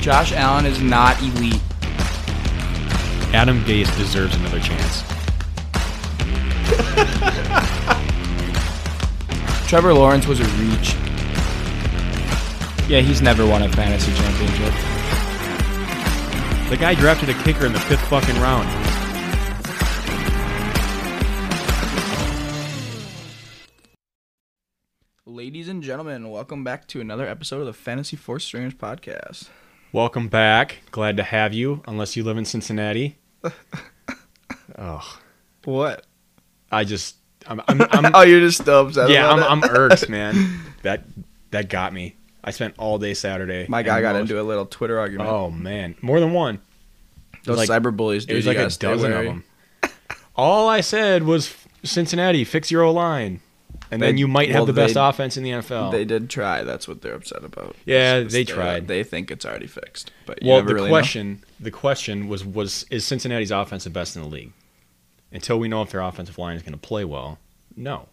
Josh Allen is not elite. Adam Gase deserves another chance. Trevor Lawrence was a reach. Yeah, he's never won a fantasy championship. The guy drafted a kicker in the fifth fucking round. Ladies and gentlemen, welcome back to another episode of the Fantasy Four Stringers podcast. Welcome back. Glad to have you, unless you live in Cincinnati. oh, What? I just, I'm, I'm, I'm oh, you're just still upset. yeah, about I'm, it? I'm irked, man. That that got me. I spent all day Saturday. My guy and got most- into a little Twitter argument. Oh man, more than one. Those like- cyberbullies, dude. It was you like a gotta stay dozen of wary. them. All I said was Cincinnati, fix your O line, and then They- you might have well, the best they- offense in the NFL. They did try. That's what they're upset about. Oh. Yeah, It's they just tried. They think it's already fixed, but you well, never the really know. question, the question was, was is Cincinnati's offense the best in the league? Until we know if their offensive line is going to play well, no.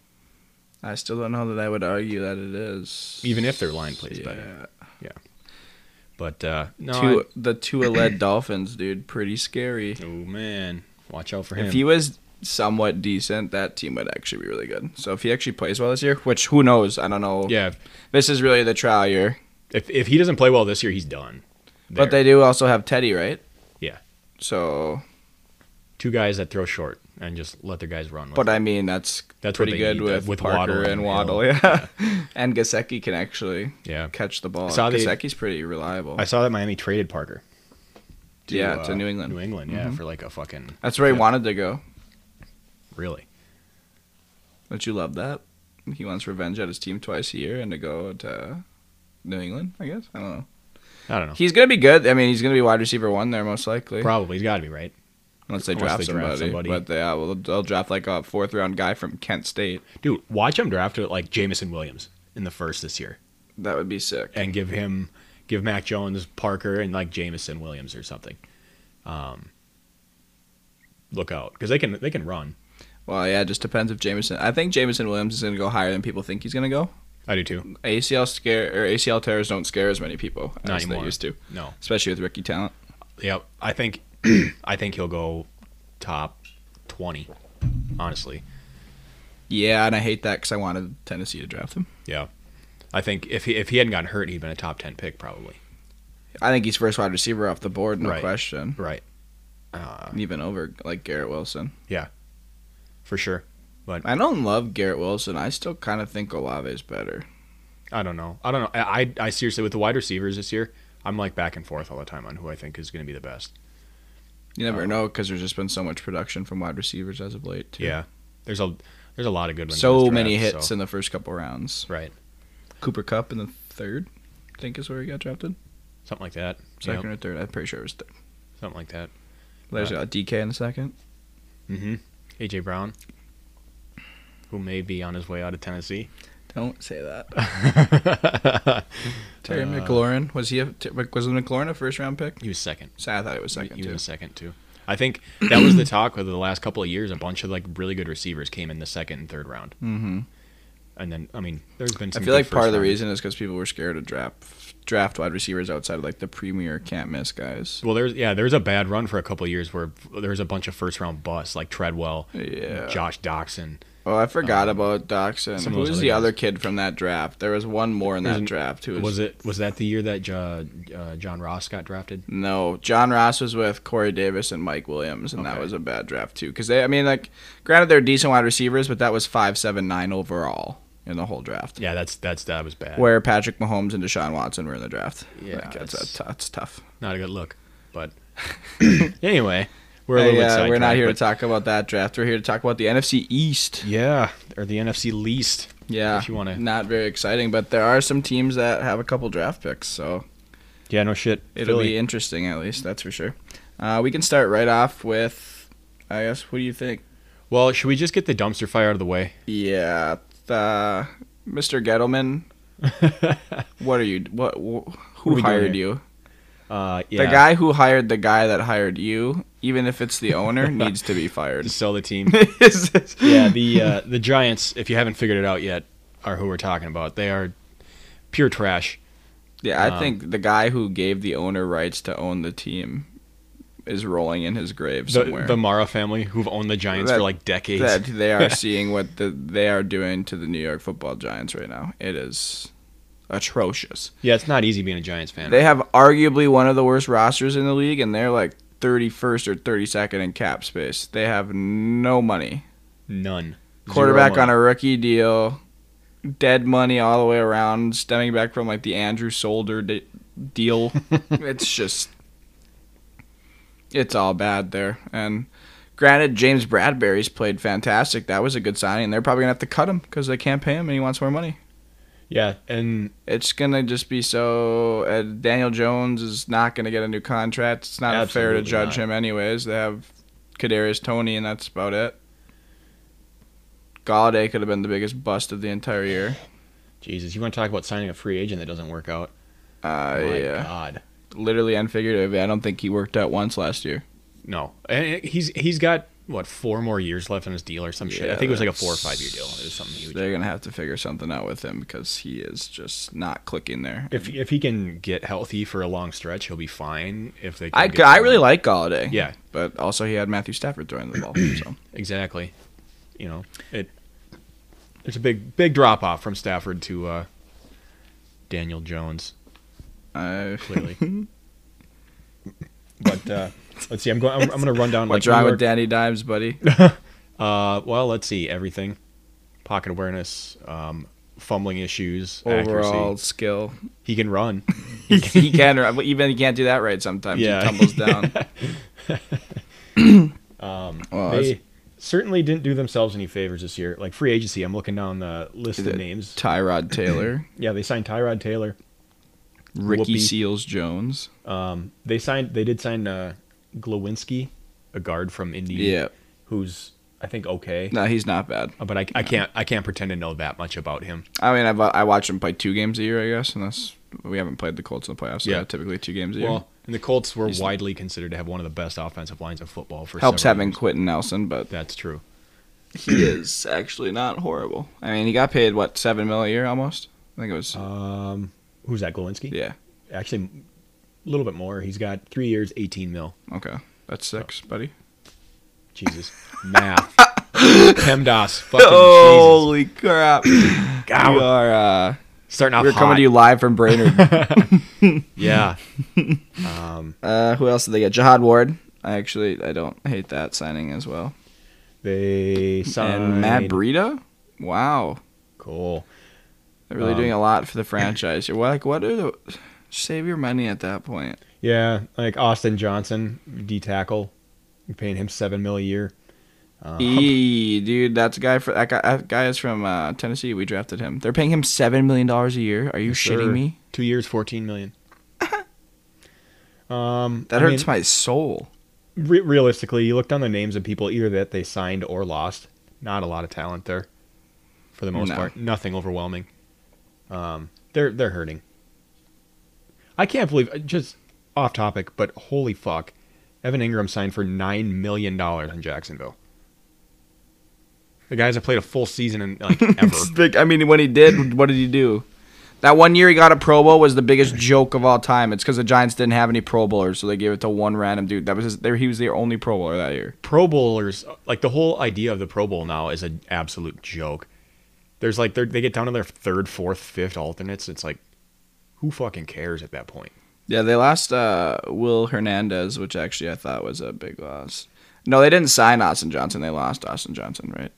I still don't know that I would argue that it is. Even if their line plays better. But uh, no, Two, the Tua led Dolphins, dude, pretty scary. I- oh man, watch out for him. If he was somewhat decent, that team would actually be really good. So if he actually plays well this year, which who knows? I don't know. yeah, This is really the trial year. if if he doesn't play well this year, he's done. But they do also have Teddy, right? Yeah. So, two guys that throw short and just let their guys run. With but it. I mean, that's That's what pretty they good need, with, with Parker Waddle and and Hill. Waddle, yeah. and Gasecki can actually yeah, catch the ball. I saw they- Gasecki's pretty reliable. I saw that Miami traded Parker. yeah, to uh, New England. New England, yeah, Mhm. for like a fucking That's where he Yeah. wanted to go. really. Don't you love that? He wants revenge at his team twice a year and to go to New England, I guess. I don't know. I don't know. He's going to be good. I mean, he's going to be wide receiver one there, most likely. Probably he's got to be right. unless they unless draft they draft somebody. somebody. But they, uh, well, they'll draft like a fourth round guy from Kent State. Dude, watch him draft it like Jamison Williams in the first this year, That would be sick. and give him give Mac Jones, Parker, and like Jamison Williams or something. Um, look out because they can they can run. Well, yeah, it just depends if Jameson. I think Jameson Williams is going to go higher than people think he's going to go. I do too. ACL scare or ACL tears don't scare as many people as Not they anymore. used to, No, especially with rookie talent. Yep. I think I think he'll go top twenty. Honestly, Yeah, and I hate that because I wanted Tennessee to draft him. yeah. I think if he if he hadn't gotten hurt, he'd been a top ten pick probably. I think he's first wide receiver off the board, no Right. question. Right. Uh, Even over like Garrett Wilson. for sure. I don't love Garrett Wilson. I still kind of think Olave's better. I don't know. I don't know. I, I I seriously with the wide receivers this year, I'm like back and forth all the time on who I think is going to be the best. You never know because there's just been so much production from wide receivers as of late. Too. Oh. Yeah. There's a there's a lot of good ones. in so this many draft, hits so- in the first couple rounds. Right. Cooper Cup in the third, I think is where he got drafted. Something like that. Yep, Second or third? I'm pretty sure it was third. Something like that. There's Uh, a DK in the second. Mm-hmm. AJ Brown, who may be on his way out of Tennessee. Don't say that. Terry Uh, McLaurin was he a t- was McLaurin a first round pick? He was second. So I thought it was second he too. was a second too. I think that was the talk of the last couple of years. A bunch of like really good receivers came in the second and third round, Mm-hmm. and then I mean, there's been. I Some feel good like part of the first-round- reason is because people were scared to draft draft wide receivers outside of like the premier can't miss guys. Well, there's yeah, there's a bad run for a couple of years where there's a bunch of first round busts like Treadwell, Yeah. Josh Doxson. Oh, I Uh, forgot about Doxson. some of Who those was other the guys. other kid from that draft? There was one more in There's that an- draft. Who was, Was it was that the year that Jo- uh, John Ross got drafted? No, John Ross was with Corey Davis and Mike Williams, and that Okay. was a bad draft too. Because they, I mean, like, granted they're decent wide receivers, but that was five, seven, nine overall in the whole draft. Yeah, that's that's that was bad. Where Patrick Mahomes and Deshaun Watson were in the draft. Yeah, Like, that's, it's- that's, that's tough. Not a good look. But anyway, we're a Hey, little bit uh, we're not sidetracked, here to but- talk about that draft. We're here to talk about the NFC East. Yeah, or the NFC least. Yeah, If you wanna- not very exciting, but there are some teams that have a couple draft picks, so Yeah, no shit. It'll Philly. be interesting, at least that's for sure. Uh, we can start right off with, I guess. What do you think? Well, should we just get the dumpster fire out of the way? Yeah, uh, Mr. Gettleman. What are you? What? Wh- are who we doing hired here? you? uh, yeah. The guy who hired the guy that hired you, even if it's the owner, needs to be fired. to sell the team. Is this- yeah, the uh, the Giants. If you haven't figured it out yet, are who we're talking about. They are pure trash. Yeah, I think the guy who gave the owner rights to own the team is rolling in his grave The, somewhere. the Mara family, who've owned the Giants That- for like decades. that they are seeing what the, they are doing to the New York Football Giants right now. It is atrocious. yeah, it's not easy being a Giants fan. They have arguably one of the worst rosters in the league, and they're like 31st or 32nd in cap space. They have no money. None. Quarterback on a rookie deal, dead money all the way around, stemming back from like the Andrew Solder de- deal. it's just, it's all bad there. And granted, James Bradbury's played fantastic. That was a good signing. They're probably gonna have to cut him because they can't pay him, and he wants more money. Yeah, and It's gonna just be so. Uh, Daniel Jones is not gonna get a new contract. It's not fair to Absolutely judge not. him, anyways. They have Kadarius Tony, and that's about it. Galladay could have been the biggest bust of the entire year. Jesus, you want to talk about signing a free agent that doesn't work out? Uh, Oh My yeah, God, literally and figuratively. I don't think he worked out once last year. no. And it- he's he's got what four more years left on his deal or some shit. I Yeah, think it was like a that's- four or five year deal. It was something huge. They're gonna have to figure something out with him because he is just not clicking there. If if he can get healthy for a long stretch, he'll be fine. If they, can I, get I him- really like Galladay. Yeah. but also he had Matthew Stafford throwing the ball. So exactly. You know, it. There's a big big drop off from Stafford to uh, Daniel Jones. I. Clearly. but uh, let's see. I'm going. I'm, I'm going to run down. What's like, New wrong York- with Danny Dimes, buddy? Uh, well, let's see. Everything, pocket awareness, um, fumbling issues, Overall accuracy. skill. He can run. he, he can run- even he can't do that right sometimes. Yeah. He tumbles down. Well, Um, they that's- certainly didn't do themselves any favors this year. Like free agency, I'm looking down the list Is of it names. Tyrod Taylor, Yeah, they signed Tyrod Taylor. Ricky Whoopee. Seals Jones. Um, they signed. They did sign uh, Glowinski, a guard from Indy. Yeah. who's I think okay. No, he's not bad. Uh, But I, I can't I can't pretend to know that much about him. I mean, I've, I watch him play two games a year, I guess, unless we haven't played the Colts in the playoffs. So Yeah. typically two games a year. Well, and the Colts were He's- widely considered to have one of the best offensive lines of football for Helps several having years. Quentin Nelson, but That's true. he is actually not horrible. I mean, he got paid what seven mil a year almost. I think it was. Um, who's that? Glowinski? yeah. Actually, a little bit more. He's got three years, eighteen mil. Okay. That's six, buddy. Jesus, math. PEMDAS. Fucking Oh, Jesus. crap! We God, are uh, starting off we're hot. coming to you live from Brainerd. Yeah. Um, Uh, who else did they get? Jihad Ward. I actually I don't hate that signing as well. They signed And Matt Breida. Wow, Cool. they're really Um, doing a lot for the franchise. You're like, what are the save your money at that point? Yeah, like Austin Johnson, D tackle. You're paying him seven mil a year. Uh, Uh-huh. E- Eee, dude, that's a guy for that guy. That guy is from uh, Tennessee. We drafted him. They're paying him seven million dollars a year. Are you shitting Sure. me? Two years, fourteen million. um, That I hurts my soul. mean, re- realistically, you look down the names of people either that they signed or lost. Not a lot of talent there, for the most No. part. Nothing overwhelming. Um, they're they're hurting. I can't believe. uh, Just off topic, but holy fuck, Evan Ingram signed for nine million dollars in Jacksonville. The guy hasn't played a full season in like ever. It's big- I mean, when he did, what did he do? That one year he got a Pro Bowl was the biggest joke of all time. It's because the Giants didn't have any Pro Bowlers, so they gave it to one random dude. That was his, there. He was their only Pro Bowler that year. Pro Bowlers, like the whole idea of the Pro Bowl now is an absolute joke. There's like they're- they get down to their third, fourth, fifth alternates. It's like, who fucking cares at that point? Yeah, they lost uh, Will Hernandez, which actually I thought was a big loss. No, they didn't sign Austin Johnson. They lost Austin Johnson, right?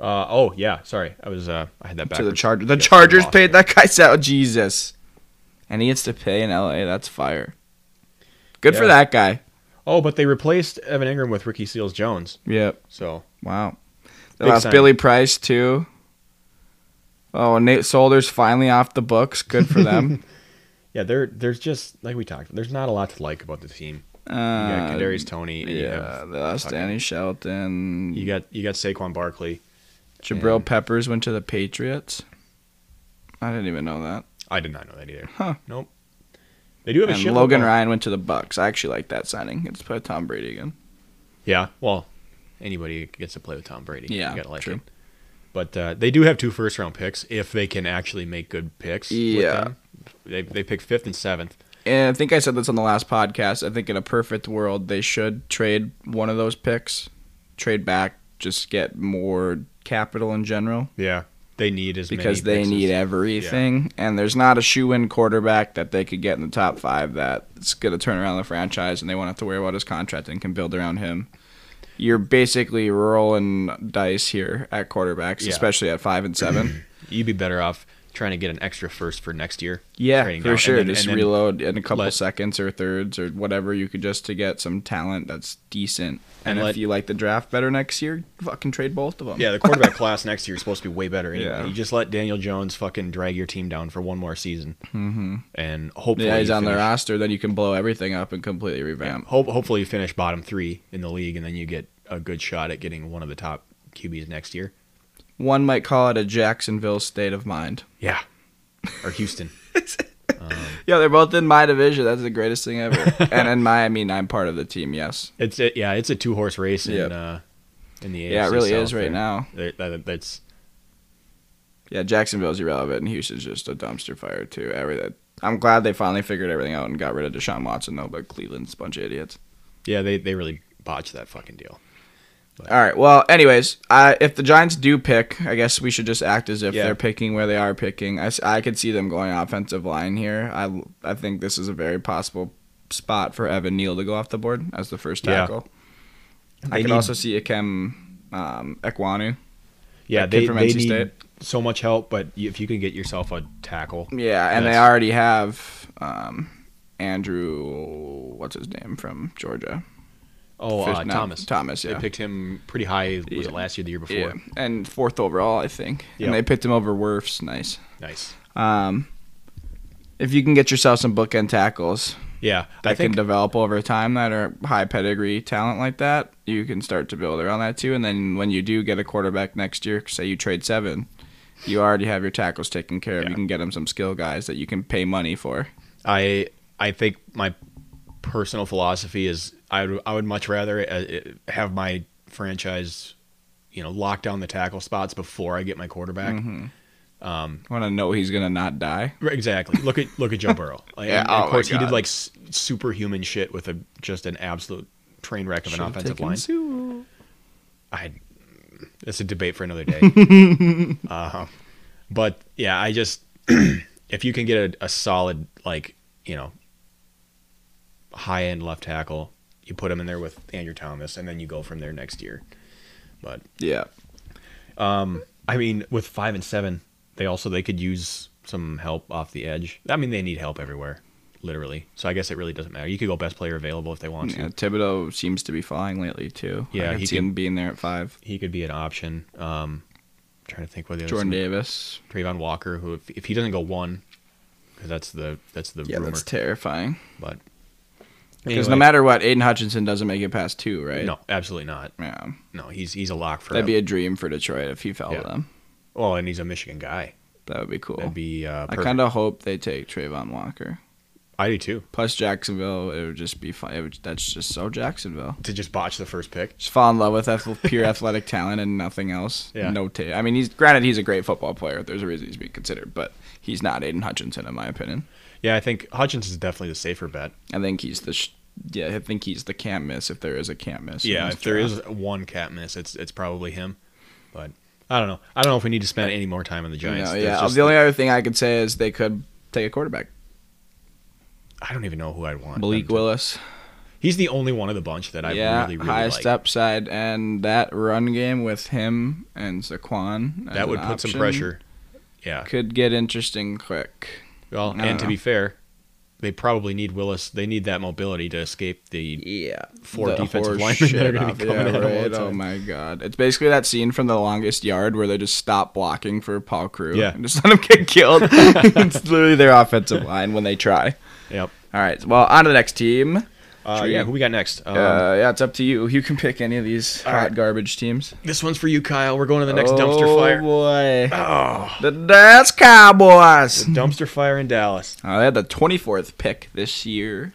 Uh, oh yeah, sorry, I was uh, I had that back. To the Chargers. The Chargers paid that guy's out. Jesus. And he gets to pay in LA. That's fire. Good for Yeah. that guy. Oh, but they replaced Evan Ingram with Ricky Seals Jones. Yep. So Wow. They Big lost signing. Billy Price, too. Oh, Nate Solder's finally off the books. Good for them. yeah, there there's just like we talked. There's not a lot to like about the team. uh, You got Kadarius Tony. And you, Yeah, have, they lost fucking- Danny Shelton. you got you got Saquon Barkley. Jabril and- Peppers went to the Patriots. I didn't even know that. I did not know that either. Huh. Nope. They do have a And shitload Logan of- Ryan went to the Bucks. I actually like that signing. It's put Tom Brady again. Yeah. Well, anybody gets to play with Tom Brady. Yeah, You gotta like true. it. But uh, they do have two first round picks if they can actually make good picks. with Yeah. them. They, they picked fifth and seventh. And I think I said this on the last podcast. I think in a perfect world, they should trade one of those picks, trade back, just get more capital in general Yeah. They need as because many they picks as- need everything. And there's not a shoe in quarterback that they could get in the top five that's going to turn around the franchise and they won't have to worry about his contract and can build around him. You're basically rolling dice here at quarterbacks, Yeah. especially at five and seven. You'd be better off trying to get an extra first for next year. Yeah, Trading for down. And sure. then- just and then- reload in a couple let- seconds or thirds or whatever you could just to get some talent that's decent. And, And if let- you like the draft better next year, fucking trade both of them. Yeah, the quarterback class next year is supposed to be way better. Anyway. Yeah. You just let Daniel Jones fucking drag your team down for one more season, hmm and hopefully Yeah, he's you on the finish- roster. Then you can blow everything up and completely revamp. Hope, Um, hopefully you finish bottom three in the league, and then you get a good shot at getting one of the top QBs next year. One might call it a Jacksonville state of mind. Yeah, or Houston. Yeah, they're both in my division. That's the greatest thing ever. and in my, I mean, I'm part of the team. Yes. it's it, yeah, it's a two horse race in Yep. uh, in the AFC yeah, it really South is right there. now. There- that- that's Yeah, Jacksonville's irrelevant, and Houston's just a dumpster fire too. Everything. I'm glad they finally figured everything out and got rid of Deshaun Watson though, but Cleveland's a bunch of idiots. yeah, they they really botched that fucking deal. All right. Well, anyways, I, if the Giants do pick, I guess we should just act as if Yeah. they're picking where they are picking. I, s- I could see them going offensive line here. I, I think this is a very possible spot for Evan Neal to go off the board as the first Yeah. tackle. I They can need- also see Akem um, Ekwanu. Yeah, That kid they, from they NC need State. so much help, but if you can get yourself a tackle, Yeah, and they That's- already have um, Andrew, what's his name from Georgia? oh uh, Fish- no, Thomas, Thomas, yeah. they picked him pretty high. Was Yeah. it last year, the year before? Yeah, and fourth overall, I think. Yep. And they picked him over Werfs. Nice. Nice. Um, if you can get yourself some bookend tackles Yeah, that I think can develop over time that are high pedigree talent like that, you can start to build around that too. And then when you do get a quarterback next year, say you trade seven, you already have your tackles taken care of. Yeah. You can get them some skill guys that you can pay money for. I I think my personal philosophy is I would, I would much rather uh, have my franchise, you know, lock down the tackle spots before I get my quarterback. Mm-hmm. Want to know he's gonna not die? Right, Exactly. Look at look at Joe Burrow. Like, Yeah, and oh my of course, he God. did like s- superhuman shit with a just an absolute train wreck of an Should've offensive taken line. Sewell. I that's a debate for another day. uh, but yeah, I just if you can get a, a solid like you know high end left tackle, you put him in there with Andrew Thomas, and then you go from there next year. But Yeah, I mean, with five and seven, they also they could use some help off the edge. I mean, they need help everywhere, literally. So I guess it really doesn't matter. You could go best player available if they want to. yeah. Thibodeau seems to be flying lately too. Yeah, I can he see can- him being there at five. He could be an option. Um, trying to think whether Jordan Davis. Trayvon Walker, who if, if he doesn't go one, because that's the that's the Yeah, rumor. that's terrifying. but Because no Anyway, matter what, Aiden Hutchinson doesn't make it past two, right? no, absolutely not. Yeah. No, he's he's a lock for That'd be a dream for Detroit if he fell Yeah. to them. oh, and he's a Michigan guy. That would be cool. That'd be uh, I perfect. kind of hope they take Trayvon Walker. I do too. Plus Jacksonville, it would just be fun. It would, that's just so Jacksonville. To just botch the first pick. Just fall in love with ath- pure athletic talent and nothing else. Yeah. No ta I mean, he's granted he's a great football player. There's a reason he's being considered, but he's not Aiden Hutchinson in my opinion. Yeah, I think Hutchins is definitely the safer bet. I think he's the sh- yeah. I think he's the can't miss if there is a can't miss. in yeah, this if there draft. is one cat miss, it's it's probably him. But I don't know. I don't know if we need to spend any more time on the You know, Giants. There's yeah. just- The only other thing I could say is they could take a quarterback. I don't even know who I'd want. Malik them to- Willis. He's the only one of the bunch that I yeah, really really highest like. upside, and that run game with him and Saquon. as That would an put some option pressure. Yeah. Could get interesting quick. Well, I and dunno. to be fair, they probably need Willis. They need that mobility to escape the. Yeah, Four defensive linemen that are gonna be coming at him all the Oh time. my god! It's basically that scene from The Longest Yard where they just stop blocking for Paul Crew. Yeah. and just let him get killed. it's literally their offensive line when they try. Yep. All right, well, on to the next team. Uh, Tree. yeah. Who we got next? Um, uh, yeah, it's up to you. You can pick any of these hot right. garbage teams. this one's for you, Kyle. We're going to the next dumpster Oh, fire. boy. Oh, The Dallas Cowboys. dumpster fire in Dallas. Uh, they had the 24th pick this year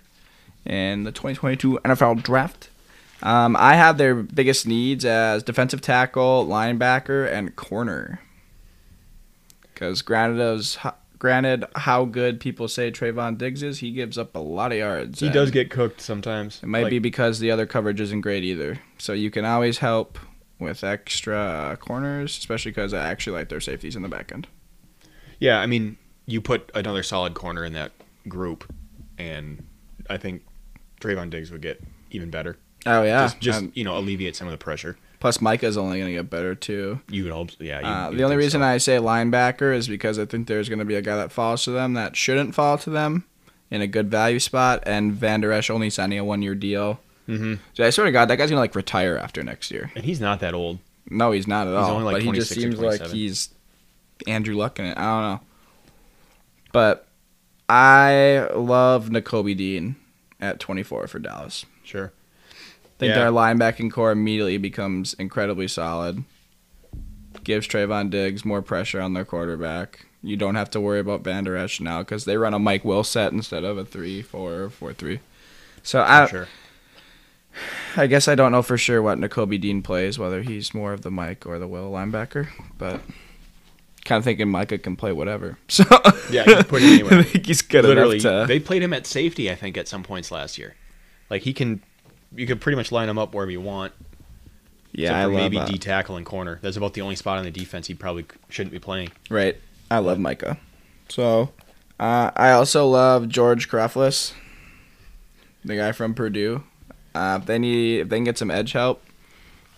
in the 2022 NFL Draft. Um, I have their biggest needs as defensive tackle, linebacker, and corner. Because granted, as, granted how good people say Trayvon Diggs is, he gives up a lot of yards. He and does get cooked sometimes. It might Like, be because the other coverage isn't great either. So you can always help with extra uh, corners, especially because I actually like their safeties in the back end. Yeah, I mean, you put another solid corner in that group, and I think Trayvon Diggs would get even better. Oh yeah, just, just you know, alleviate some of the pressure. plus Micah's only going to get better too. You would hope, yeah. You, Uh, you'd the only think reason so. I say linebacker is because I think there's going to be a guy that falls to them that shouldn't fall to them in a good value spot, and Van Der Esch only signing a one-year deal. Mhm. So I swear to God, that guy's going to like retire after next year. and he's not that old. No, he's not at He's all. only, like, but he just 26 or seems like 27. he's Andrew Luck in it. I don't know. But I love N'Kobe Dean at 24 for Dallas. Sure. I think Yeah. their linebacking core immediately becomes incredibly solid. Gives Trayvon Diggs more pressure on their quarterback. You don't have to worry about Van Der Esch now because they run a Mike Will set instead of a 3-4 or 4-3. So I, sure. I guess I don't know for sure what N'Kobe Dean plays, whether he's more of the Mike or the Will linebacker, but kind of thinking Micah can play whatever. So Yeah, you can put him anywhere. I think he's good Literally, enough to. they played him at safety. I think at some points last year. Like he can, you can pretty much line him up wherever you want. Yeah, except I for love maybe uh, D tackle and corner. That's about the only spot on the defense he probably shouldn't be playing. right. I love Micah. So uh, I also love George Kreflis, the guy from Purdue. Uh, if they need, if they can get some edge help.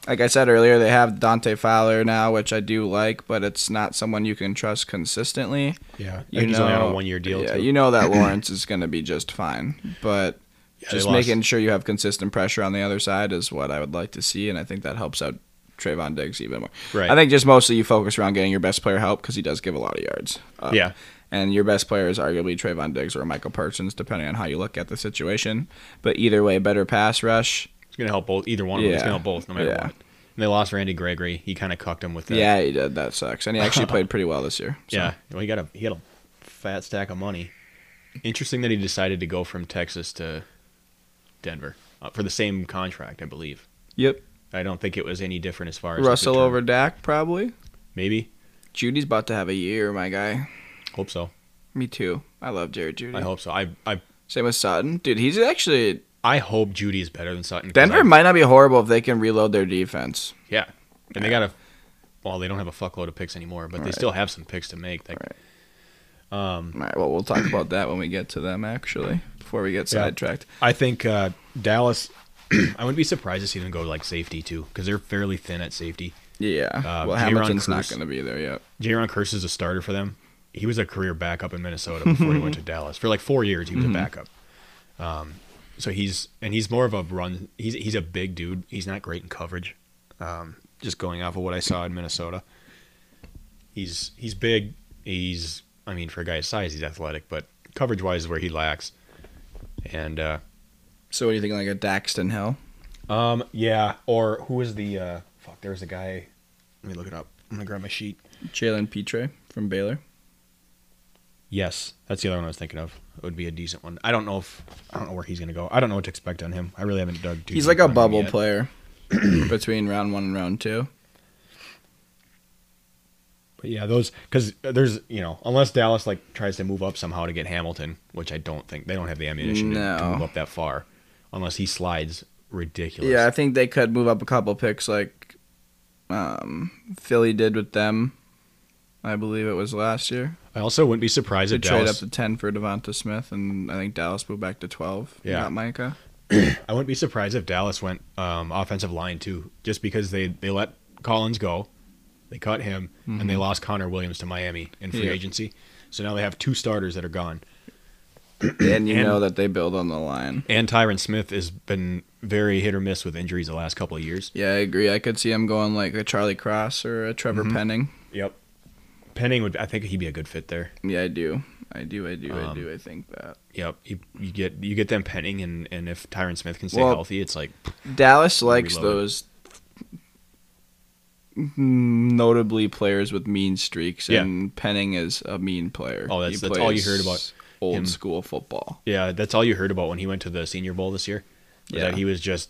Like I said earlier, they have Dante Fowler now, which I do like, but it's not someone you can trust consistently. Yeah, he's only on a one year deal. Yeah, too. you know that Lawrence is going to be just fine, but Yeah, they just lost- making sure you have consistent pressure on the other side is what I would like to see, and I think that helps out Trayvon Diggs even more. Right. I think just mostly you focus around getting your best player help because he does give a lot of yards. Uh, yeah, and your best player is arguably Trayvon Diggs or Michael Parsons, depending on how you look at the situation. But either way, better pass rush. it's gonna help both. Either one of them. It's Yeah. gonna help both, no matter Yeah. what. And they lost Randy Gregory. He kind of cucked him with that. Yeah, he did. That sucks. And he actually played pretty well this year. so. yeah. Well, he got a he had a fat stack of money. Interesting that he decided to go from Texas to Denver uh, for the same contract, I believe. Yep. I don't think it was any different as far as the Russell term. over Dak, probably. Maybe. Judy's about to have a year, my guy. Hope so. Me too. I love Jared Judy. I hope so. I I Same with Sutton. Dude, he's actually I hope Judy is better than Sutton. 'cause Denver I- might not be horrible if they can reload their defense. Yeah. And they got a well, they don't have a fuckload of picks anymore, but they Right. still have some picks to make. They, Mm. All right, well, we'll talk about that when we get to them, actually, before we get Yeah. sidetracked. I think uh, Dallas. I wouldn't be surprised to see them go like safety too, because they're fairly thin at safety. Yeah. Uh, well, Jaron Hamilton's not Curse. going to be there yet. Jaron Curse is a starter for them. He was a career backup in Minnesota before he went to Dallas. For like four years, he was a backup. Um, so he's and he's more of a run. He's he's a big dude. He's not great in coverage. Um, just going off of what I saw in Minnesota, he's he's big. He's I mean for a guy his size, he's athletic, but coverage wise is where he lacks. And uh, So, what do you think, like a Daxton Hill? Um, yeah, or who is the uh fuck, there was a guy let me look it up. I'm gonna grab my sheet. Jalen Petre from Baylor? Yes, that's the other one I was thinking of. It would be a decent one. I don't know if I don't know where he's gonna go. I don't know what to expect on him. I really haven't dug too He's deep like a on him bubble yet. player between round one and round two. But yeah, those because there's you know unless Dallas like tries to move up somehow to get Hamilton, which I don't think they don't have the ammunition to- to, No. move up that far, unless he slides ridiculous. Yeah, I think they could move up a couple picks like um, Philly did with them. I believe it was last year. I also wouldn't be surprised They if traded Dallas up to 10 for Devonta Smith, and I think Dallas moved back to 12. Yeah. Not Micah. I wouldn't be surprised if Dallas went um, offensive line too, just because they they let Collins go, they cut him, and they lost Connor Williams to Miami in free Mm-hmm. Yeah. agency. So now they have two starters that are gone, and you And- know that they build on the line. and Tyron Smith has been very hit or miss with injuries the last couple of years. Yeah, I agree. I could see him going like a Charlie Cross or a Trevor Mm-hmm. Penning. Yep. Penning would, I think he'd be a good fit there. Yeah, I do. I do. I do. I Um, do. I think that Yep. You, you get you get them Penning, and and if Tyron Smith can stay Well- healthy, it's like Dallas likes Reloaded. those notably players with mean streaks, Yeah. and Penning is a mean player. Oh, that's- that's all you heard about Old him. school football. yeah, that's all you heard about when he went to the Senior Bowl this year. was Yeah. That he was just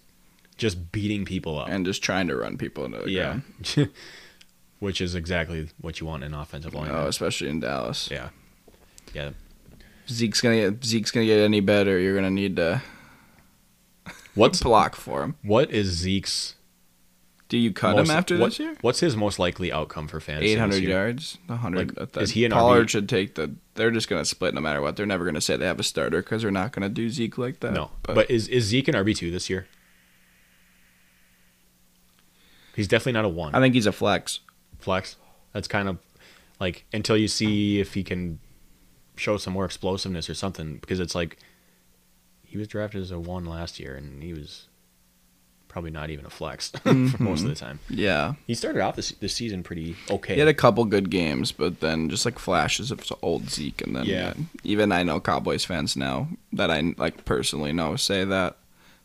just beating people up. and just trying to run people into the Oh. yeah, ground. which is exactly what you want in an offensive line. Oh, especially in Dallas. Yeah, yeah. Zeke's gonna get, Zeke's gonna get any better. You're gonna need to What's block for him. what is Zeke's? Do you cut most- him after what- this year? What's his most likely outcome for fantasy? Eight this hundred year? yards, hundred. Like, is he an Pollard RB? should take the. They're just gonna split no matter what. They're never gonna say they have a starter because they're not gonna do Zeke like that. No, but, is is Zeke an RB two this year? He's definitely not a one I think he's a flex. flex. That's kind of like until you see if he can show some more explosiveness or something, because it's like he was drafted as a one last year, and he was probably not even a flex for most Mm-hmm. of the time. Yeah, He started off this this season pretty okay. he had a couple good games, but then just like flashes of old Zeke, and then Yeah. even I know Cowboys fans now that I like personally know say that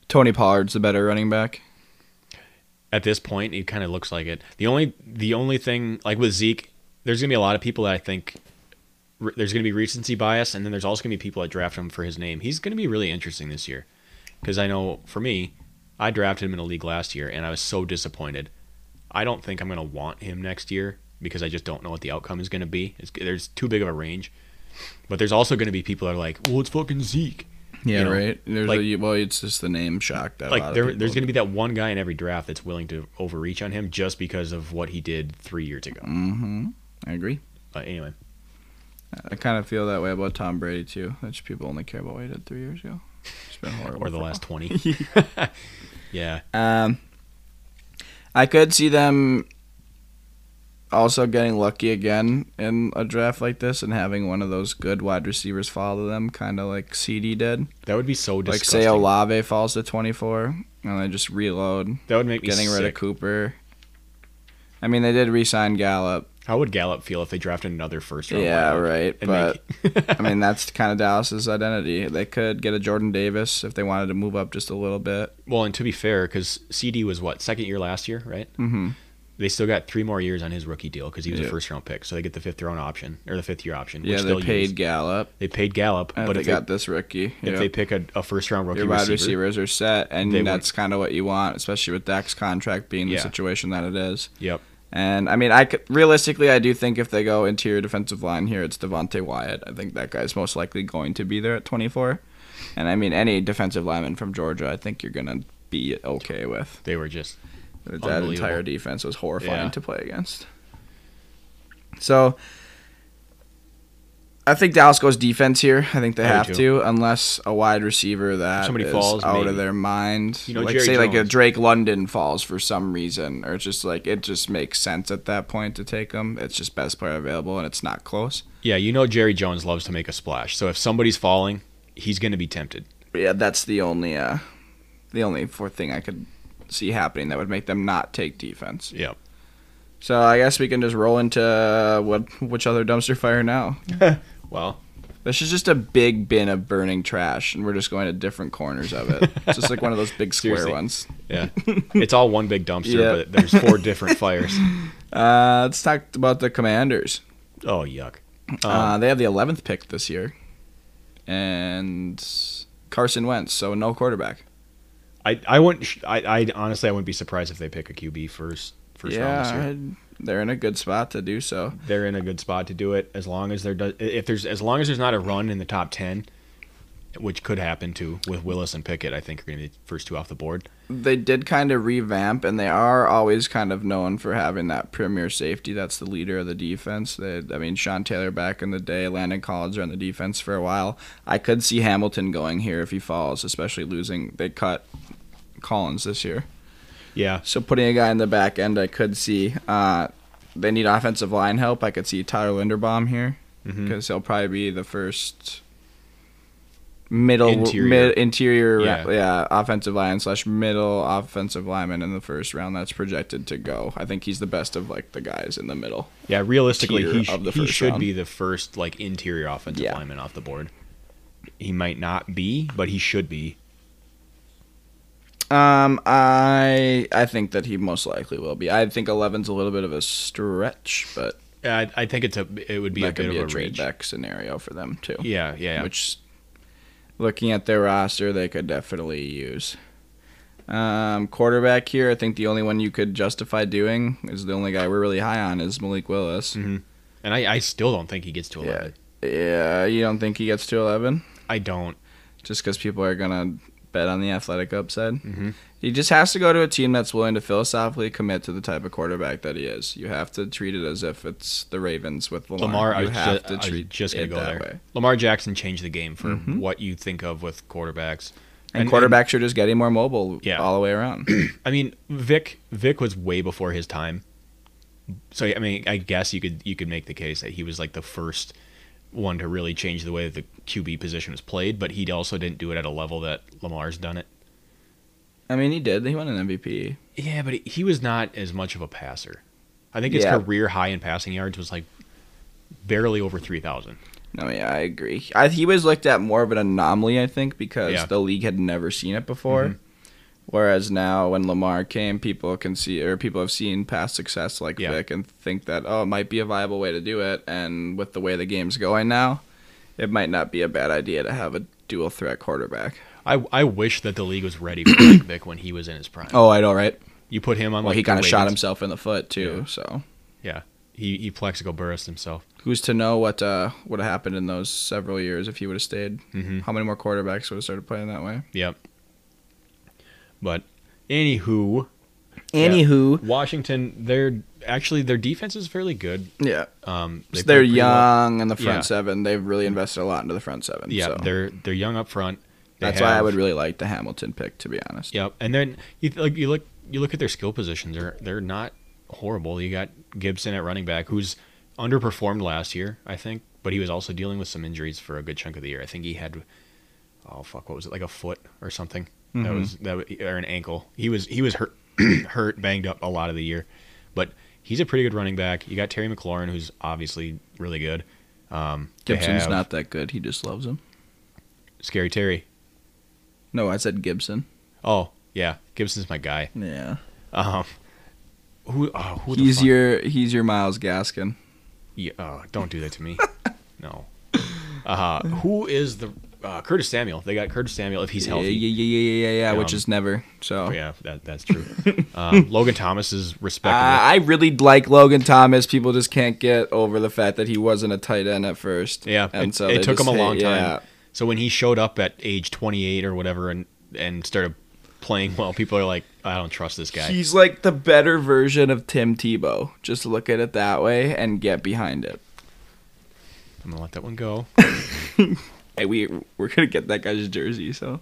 Tony Pollard's the better running back. at this point, it kind of looks like it. The only the only thing like with Zeke, there's gonna be a lot of people that I think re- there's gonna be recency bias, and then there's also gonna be people that draft him for his name. He's gonna be really interesting this year because I know for me, I drafted him in a league last year, and I was so disappointed. I don't think I'm gonna want him next year because I just don't know what the outcome is gonna be. It's, there's too big of a range, but there's also gonna be people that are like, well, it's fucking Zeke. Yeah, You know, right. There's like- a, well, it's just the name shock that a lot like of there, people there's going to be that one guy in every draft that's willing to overreach on him just because of what he did three years ago. hmm I agree. But anyway, I kind of feel that way about Tom Brady too. That's just people only care about what he did three years ago. It's been horrible. or the for last twenty. yeah, Um, I could see them also getting lucky again in a draft like this and having one of those good wide receivers follow them, kind of like CD did. that would be so Like disgusting. say Olave falls to 24 and they just reload, that would make me getting rid of sick. Cooper. I mean, they did re-sign Gallup. How would Gallup feel if they drafted another first round? yeah, wideout right. Oh, and But make- I mean, that's kind of Dallas's identity. They could get a Jordan Davis if they wanted to move up just a little bit. well, and to be fair, because CD was what second year last year, right? Mm-hmm. They still got three more years on his rookie deal because he was Yeah. a first round pick, so they get the fifth round option or the fifth year option. Yeah, which they they'll paid Use. Gallup, They paid Gallup, and but they if got they, this rookie. if Yep. they pick a, a first round rookie Your wide receiver, receivers are set, and They that's kind of what you want, especially with Dak's contract being the Yeah. situation that it is. Yep. And I mean, I could, realistically, I do think if they go interior defensive line here, it's Devontae Wyatt. I think that guy's most likely going to be there at 24. And I mean, any defensive lineman from Georgia, I think you're gonna be okay with. they were just That Unbelievable. entire defense was horrifying Yeah. to play against. So I think Dallas goes defense here. I think they I do have too. to, unless a wide receiver that Somebody is falls, out maybe. of their mind. You know, like Jerry say like a Jones. Drake London falls for some reason, or it's just like it just makes sense at that point to take him. It's just best player available, and it's not close. Yeah, you know Jerry Jones loves to make a splash. So if somebody's falling, he's going to be tempted. But yeah, that's the only uh, the only fourth thing I could see happening that would make them not take defense. Yep. So I guess we can just roll into uh, what which other dumpster fire now. Well, This is just a big bin of burning trash, and we're just going to different corners of it. It's just like one of those big square Seriously. ones. yeah. it's all one big dumpster, Yeah. but there's four different fires. Uh, let's talk about the Commanders. Oh, yuck. Uh-huh. uh, they have the eleventh pick this year, and Carson Wentz, so no quarterback. I I wouldn't sh- I I honestly I wouldn't be surprised if they pick a QB first first round this year. yeah, they're in a good spot to do so. They're in a good spot to do it as long as there does if there's as long as there's not a run in the top 10, which could happen too with Willis and Pickett, I think are going to be the first two off the board. They did kind of revamp, and they are always kind of known for having that premier safety. That's the leader of the defense. They, I mean, Sean Taylor back in the day, Landon Collins on the defense for a while. I could see Hamilton going here if he falls, especially losing. They cut Collins this year, Yeah. so putting a guy in the back end, I could see. Uh, they need offensive line help. I could see Tyler Linderbaum here Mhm. because he'll probably be the first middle Interior. interior, mid, interior Yeah. yeah. offensive line slash middle offensive lineman in the first round that's projected to go. I think he's the best of like the guys in the middle. Yeah, realistically, tier he, sh- of the he first should round. be the first like interior offensive Yeah. lineman off the board. He might not be, but he should be. Um, I I think that he most likely will be. I think 11's a little bit of a stretch, but I, I think it's a it would be a that bit could of be a, a trade reach. back scenario for them too. Yeah, yeah, yeah. Which, looking at their roster, they could definitely use. Um, quarterback here, I think the only one you could justify doing is the only guy we're really high on is Malik Willis. Mm-hmm. And I, I still don't think he gets to Yeah. 11. Yeah, you don't think he gets to 11 I don't. just because people are going to bet on the athletic upside? Mhm. He just has to go to a team that's willing to philosophically commit to the type of quarterback that he is. You have to treat it as if it's the Ravens with Lamar. Lamar, I you was, have just, I was just gonna it go that there. way. Lamar Jackson changed the game for Mhm. what you think of with quarterbacks. And, quarterbacks are just getting more mobile Yeah. all the way around. I mean, Vic Vic was way before his time. So I mean, I guess you could you could make the case that he was like the first one to really change the way that the QB position was played, but he also didn't do it at a level that Lamar's done it. I mean, he did. He won an MVP. Yeah, but he was not as much of a passer. I think his Yeah. career high in passing yards was like barely over 3,000. No, yeah, I agree. I, he was looked at more of an anomaly, I think, because Yeah. the league had never seen it before. Mhm. Whereas now, when Lamar came, people can see or people have seen past success like Yeah. Vic and think that oh, it might be a viable way to do it. And with the way the game's going now, it might not be a bad idea to have a dual threat quarterback. I, I wish that the league was ready for Vic Vic when he was in his prime. Oh, I know, right? You put him on Well, like he the kind of shot Ravens- himself in the foot too. So He he plexico burst himself. who's to know what uh, would have happened in those several years if he would have stayed? Mhm. How many more quarterbacks would have started playing that way? Yep. But anywho, Anywho, Washington, they're actually their defense is fairly good. yeah. Um, So play they're pretty well. young in the front Yeah. seven. They've really invested a lot into the front seven. Yeah, so they're they're young up front. They that's why I have- would really like the Hamilton pick, to be honest. Yep. And then you th- like you look you look at their skill positions. They're they're not horrible. You got Gibson at running back, who's underperformed last year, I think, but he was also dealing with some injuries for a good chunk of the year. I think he had oh fuck, what was it like a foot or something? That Mhm. was that was, or an ankle. He was he was hurt hurt banged up a lot of the year, but he's a pretty good running back. You got Terry McLaurin, who's obviously really good. Um, they Gibson's have not that good. He just loves him. scary Terry. No, I said Gibson. Oh yeah, Gibson's my guy. Yeah, Um, who? Oh, who the he's fuck? your he's your Miles Gaskin. Yeah, uh, don't do that to me. no. Uh, who is the uh, Curtis Samuel? They got Curtis Samuel if he's Yeah, yeah, healthy. yeah, yeah, yeah, yeah. Which Um, is never. So Oh, yeah, that, that's true. um, Logan Thomas is Uh, respectable. I really like Logan Thomas. People just can't get over the fact that he wasn't a tight end at first. yeah, and it, so it they took him just a long hate- time. yeah. So when he showed up at age 28 or whatever and and started playing well, people are like, I don't trust this guy. He's like the better version of Tim Tebow. Just look at it that way and get behind it. I'm gonna let that one go. Hey, we we're gonna get that guy's jersey. So,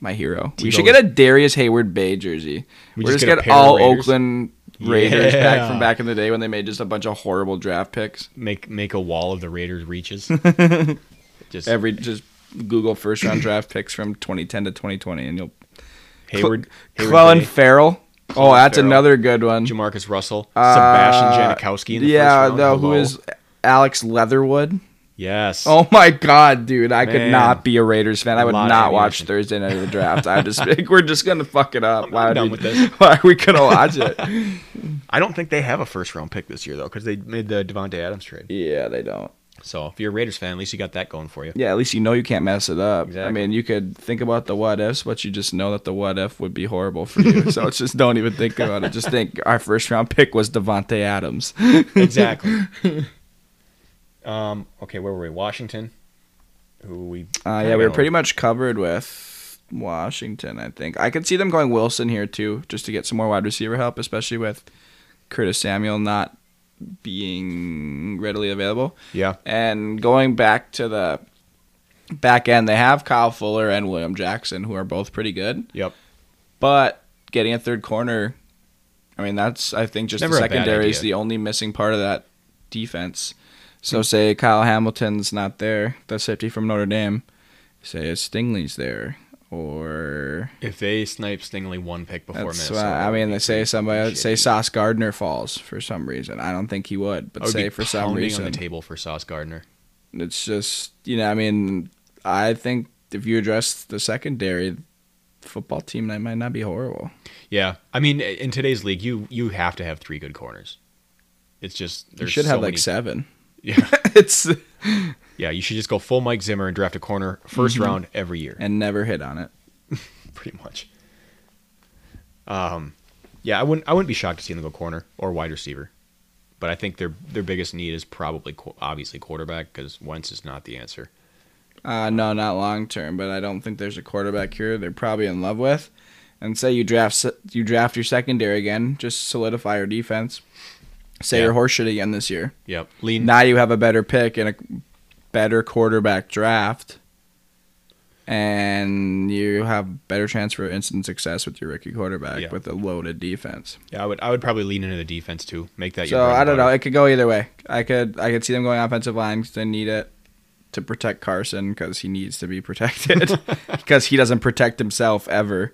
my hero. We Tebow should was- get a Darius Hayward Bay jersey. We We just just, get a get, pair of all Raiders? Oakland Raiders back Yeah. from back in the day when they made just a bunch of horrible draft picks. Make make a wall of the Raiders reaches. Just Every just Google first round draft picks from 2010 to 2020, and you'll Hayward, Hayward Clellan Bay, Farrell. oh, that's Farrell. another good one. Jamarcus Russell, Uh, Sebastian Janikowski in the yeah, first round. though, who Hello. is Alex Leatherwood? Yes. Oh my god, dude! I could Man. not be a Raiders fan. I would lot of not watch ammunition. Thursday night of the draft. I just think we're just gonna fuck it up. Why I'm would done we, with this. Why are we gonna watch it? I don't think they have a first round pick this year though, because they made the Devonte Adams trade. yeah, they don't. So if you're a Raiders fan, at least you got that going for you. Yeah, at least you know you can't mess it up. I Exactly. mean, you could think about the what ifs, but you just know that the what if would be horrible for you. so it's just don't even think about it. Just think our first round pick was Devonte Adams. exactly. Um. Okay, where were we? Washington. Who we? Uh, yeah, we were pretty much covered with Washington, I think. I could see them going Wilson here, too, just to get some more wide receiver help, especially with Curtis Samuel not being readily available. Yeah. And going back to the back end, they have Kyle Fuller and William Jackson, who are both pretty good. Yep. But getting a third corner, I mean, that's, I think, just Never a the bad secondary is idea. the only missing part of that defense. So, say Kyle Hamilton's not there, the safety from Notre Dame. Say Stingley's there. Or If they snipe Stingley one pick before that's Minnesota, why- I mean, they say somebody say shitty. Sauce Gardner falls for some reason. I don't think he would, I but would say be for some pounding reason on the table for Sauce Gardner. It's just you know, I mean, I think if you address the secondary football team, that might not be horrible. Yeah, I mean, in today's league, you you have to have three good corners. It's just You there's should so have like many- seven. Yeah. it's Yeah, you should just go full Mike Mm-hmm. Zimmer and draft a corner 1st round every year, and never hit on it. pretty much. Um, yeah, I wouldn't I wouldn't be shocked to see them go corner or wide receiver, but I think their their biggest need is probably qu- obviously quarterback because Wentz is not the answer. Uh, no, not long term, but I don't think there's a quarterback here they're probably in love with. And say you draft se- you draft your secondary again, just solidify your defense. Say Yeah. your horseshit again this year. Yep, lean Now you have a better pick and a better quarterback draft, and you have better chance for instant success with your rookie quarterback Yeah. with a loaded defense. Yeah, I would I would probably lean into the defense too. Make that. your So bread I and don't know. butter. It could go either way. I could I could see them going offensive line because they need it to protect Carson because he needs to be protected because he doesn't protect himself ever.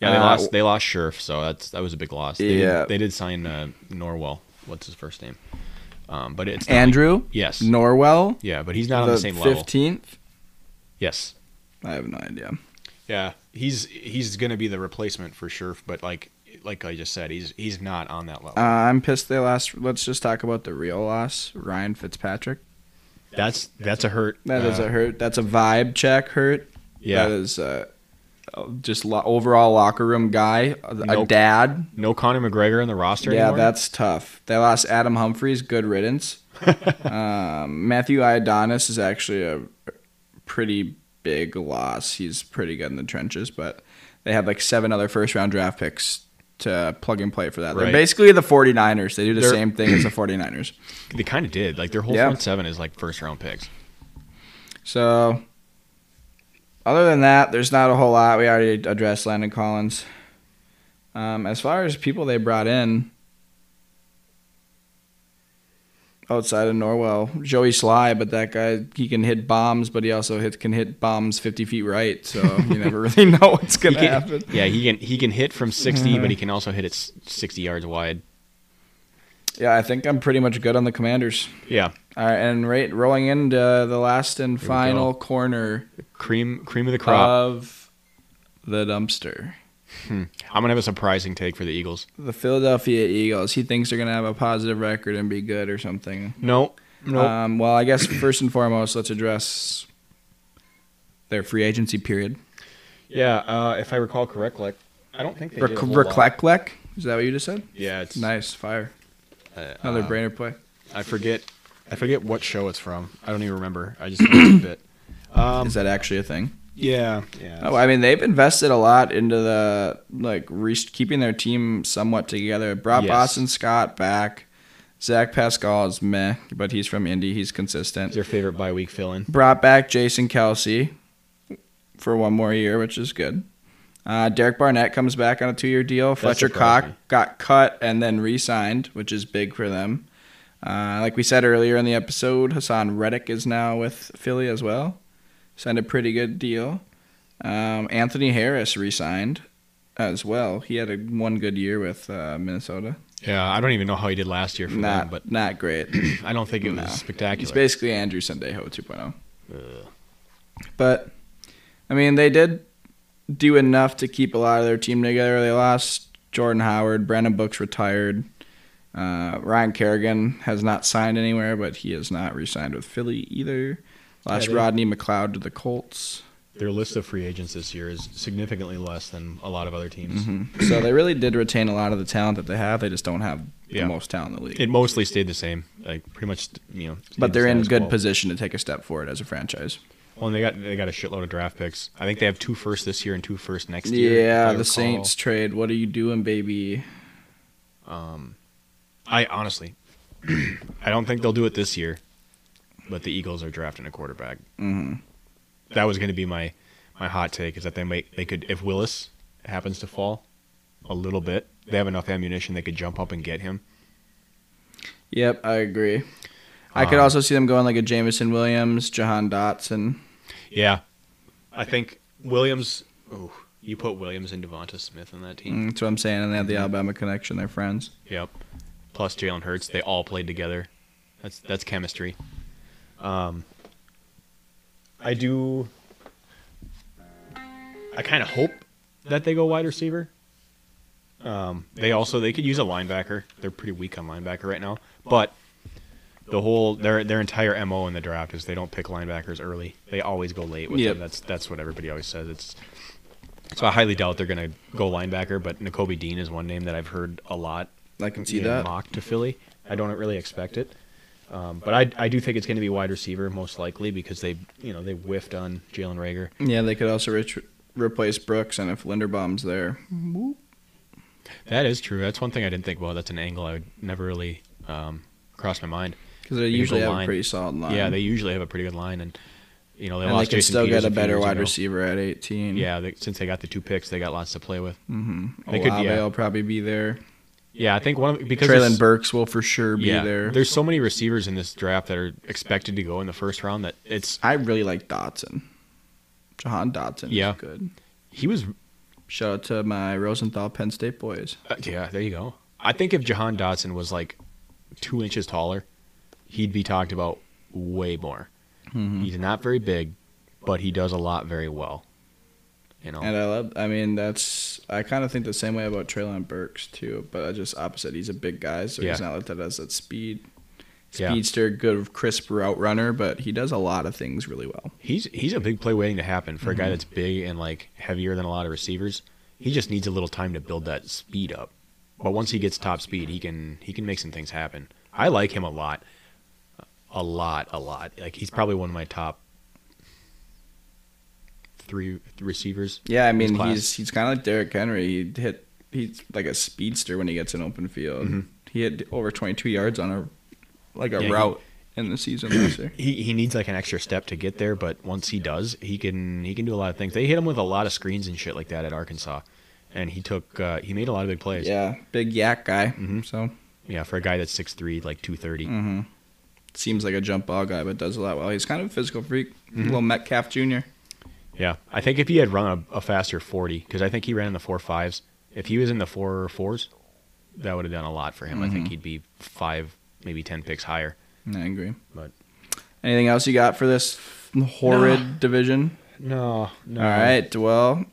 Yeah, they Uh, lost. They lost Scherf, so that's that was a big loss. They Yeah. did, they did sign uh, Norwell. What's his first name? Um, but it's not like- Andrew yes, Norwell, yeah, but he's not on the the same level. fifteenth. Yes, I have no idea. yeah, he's he's gonna be the replacement for Scherf, but like like I just said, he's he's not on that level. Uh, I'm pissed they lost. Let's just talk about the real loss, Ryan Fitzpatrick. that's that's a hurt. That is uh, a hurt. That's a vibe check hurt. yeah. That is uh, just lo- overall locker room guy, a, a Nope. dad. no Conor McGregor in the roster. Yeah, anymore? that's tough. They lost Adam Humphreys. Good riddance. um, Matthew Iadonis is actually a pretty big loss. He's pretty good in the trenches, but they have like seven other first round draft picks to plug and play for that. They're Right. basically the 49ers. They do the They're- same thing as the 49ers. they kind of did. Like their whole Yeah. front seven is like first round picks. So, other than that, there's not a whole lot. We already addressed Landon Collins. Um, as far as people they brought in, outside of Norwell, Joey Sly, but that guy, he can hit bombs, but he also hit, can hit bombs 50 feet right. So, you never really know what's going to He can- Oh, happen. Yeah, he can he can hit from 60, but he can also hit it s- 60 yards wide. Yeah, I think I'm pretty much good on the commanders. Yeah, All right, and right, rolling into the last and we final corner cream cream of the crop. of the dumpster. Uh, I'm gonna have a surprising take for the Eagles. the Philadelphia Eagles. He thinks they're going to have a positive record and be good or something. No, Uh, no. Um, well, I guess first and foremost, let's address their free agency period. yeah, uh, if I recall correctly, I don't think they Rec- did a whole lot. Recleck? Is that what you just said? Yeah, it's Nice. Fire. uh, Another uh, brainer play. I forget. I forget what show it's from. I don't even remember. I just know it's a bit. Um, Is that actually a thing? yeah, yeah. Oh, I mean, they've invested a lot into the, like, re- keeping their team somewhat together. Brought Yes. Boston Scott back. Zach Pascal is meh, but he's from Indy. He's consistent. What's your favorite bye week fill-in? brought back Jason Kelsey for one more year, which is good. Uh, Derek Barnett comes back on a two-year deal. Fletcher Cock surprised me. got cut and then re-signed, which is big for them. Uh, like we said earlier in the episode, Hassan Reddick is now with Philly as well. Signed a pretty good deal. Um, Anthony Harris re-signed as well. He had a one good year with uh, Minnesota. Yeah, I don't even know how he did last year for them, Not, but not great. I don't think it was No. He's spectacular. basically Andrew Sendejo 2.0. Ugh. But I mean, they did do enough to keep a lot of their team together. They lost Jordan Howard, Brandon Books retired. Uh, Ryan Kerrigan has not signed anywhere, but he has not re-signed with Philly either. Lost Yeah, they- Rodney McLeod to the Colts, Their list of free agents this year is significantly less than a lot of other teams. Mm-hmm. so they really did retain a lot of the talent that they have. They just don't have Yeah. the most talent in the league, It mostly stayed the same, like pretty much, you know. stayed but the they're in status good quo. position to take a step forward as a franchise. Well, and they got they got a shitload of draft picks. I think they have two first this year and two first next year. if I Yeah, recall. the Saints trade. What are you doing, baby? Um, I honestly, I don't think they'll do it this year. But the Eagles are drafting a quarterback. hmm That was going to be my my hot take is that they may they could if Willis happens to fall a little bit, they have enough ammunition they could jump up and get him. Yep, I agree. I could Um, also see them going like a Jamison Williams, Jahan Dotson. Yeah, I think Williams. Oh, you put Williams and Devonta Smith on that team. Mm, That's what I'm saying. And they have the Alabama connection. They're friends. Yep. Plus Jalen Hurts, they all played together. That's that's chemistry. Um, I do. I kind of hope that they go wide receiver. Um, they also they could use a linebacker. They're pretty weak on linebacker right now. But the whole their their entire mo in the draft is they don't pick linebackers early. They always go late with Yep. them. That's that's what everybody always says. It's So I highly doubt they're going to go linebacker, but N'Kobe Dean is one name that I've heard a lot I can see being that. mocked to Philly. I don't really expect it, um, but I, I do think it's going to be wide receiver most likely because they you know they whiffed on Jalen Rager. Yeah, they could also ret- replace Brooks, and if Linderbaum's there, That is true. That's one thing I didn't think about. That's an angle I would never really um, crossed my mind. because they Because the usually have line- a pretty solid line. Yeah, they usually have a pretty good line, and you know they and they lost can Jason still Peters get a few better years wide ago. receiver at 18. Yeah, they, since they got the two picks, they got lots to play with. mm-hmm. they Olave could- yeah. will probably be there. Yeah, I think one of because Traylon it's- Burks will for sure be there. There's so many receivers in this draft that are expected to go in the first round that it's I really like Dotson. Jahan Dotson Yeah. is good. he was Shout out to my Rosenthal Penn State boys. uh, yeah, there you go. I think if Jahan Dotson was like 2 inches taller, he'd be talked about way more. Mhm. He's not very big, but he does a lot very well. You know. And I love, I mean, that's, I kind of think the same way about Traylon Burks too, but I just opposite. He's a big guy, so he's Yeah. not looked at as that speed. Yeah. Speedster, good crisp route runner, but he does a lot of things really well. He's he's a big play waiting to happen for Mm-hmm. a guy that's big and like heavier than a lot of receivers. He just needs a little time to build that speed up. But once he gets top speed, he can he can make some things happen. I like him a lot. A lot, a lot. Like he's probably one of my top three receivers. Yeah, I mean, class. he's he's kind of like Derrick Henry. He hit, he's like a speedster when he gets an open field. He hit over 22 yards on a, like a Yeah, he- route in the season last year. He he needs like an extra step to get there, but once he does, he can he can do a lot of things. They hit him with a lot of screens and shit like that at Arkansas. And he took uh, he made a lot of big plays. Yeah, big yak guy. Mhm. So Yeah, for a guy that's 6'3", like 230. mhm. seems like a jump ball guy, but does a lot well. He's kind of a physical freak, little Metcalf Jr. Yeah, I think if he had run a, a faster 40, because I think he ran in the four fives. If he was in the four fours, that would have done a lot for him. I think he'd be five, maybe ten picks higher. I agree. But- anything else you got for this horrid division? No, no. All right. Well,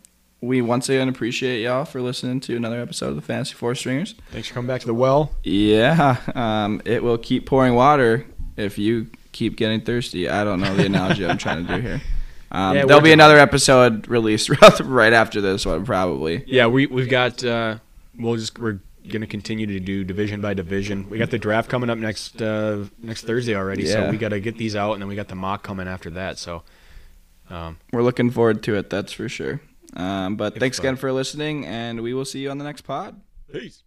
we once again appreciate y'all for listening to another episode of the Fantasy Four Stringers. Thanks for coming back to the well. Yeah, um, it will keep pouring water if you keep getting thirsty. I don't know the analogy I'm trying to do here. Um, Yeah, there'll be we're doing- another episode released right after this one, probably. Yeah, we we've got. Uh, we'll just we're gonna continue to do division by division. We got the draft coming up next uh, next Thursday already, so Yeah. we got to get these out, and then we got the mock coming after that. So, um, We're looking forward to it, that's for sure. Um, but It's thanks fun. again for listening, and we will see you on the next pod. peace.